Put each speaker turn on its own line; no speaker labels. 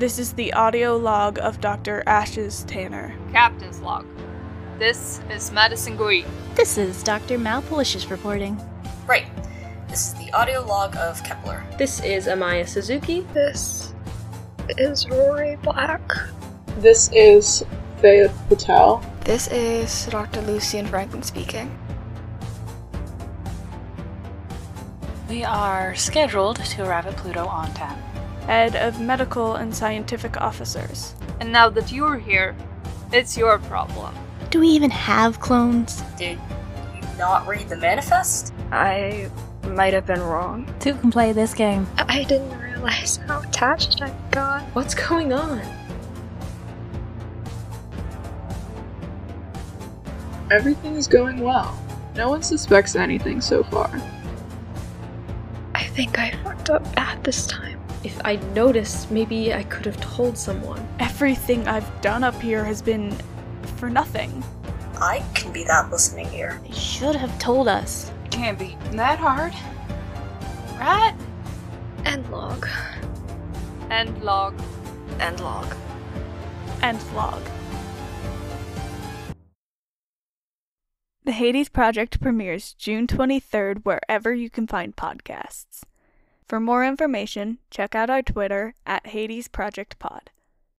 This is the audio log of Dr. Ashes Tanner.
Captain's log. This is Madison Gui.
This is Dr. Malpolish's reporting.
Right. This is the audio log of Kepler.
This is Amaya Suzuki.
This is Rory Black.
This is Fayed Patel.
This is Dr. Lucian Franklin speaking.
We are scheduled to arrive at Pluto on time.
Head of Medical and Scientific Officers.
And now that you're here, it's your problem.
Do we even have clones?
Did you not read the manifest?
I might have been wrong.
Two can play this game.
I didn't realize how attached I got.
What's going on?
Everything is going well. No one suspects anything so far.
I think I fucked up bad this time.
If I'd noticed, maybe I could have told someone.
Everything I've done up here has been for nothing.
I can be that listening ear.
They should have told us.
Can't be that hard. Right?
End log.
End log.
End log.
End log. The Hades Project premieres June 23rd wherever you can find podcasts. For more information, check out our Twitter at Hades Project Pod.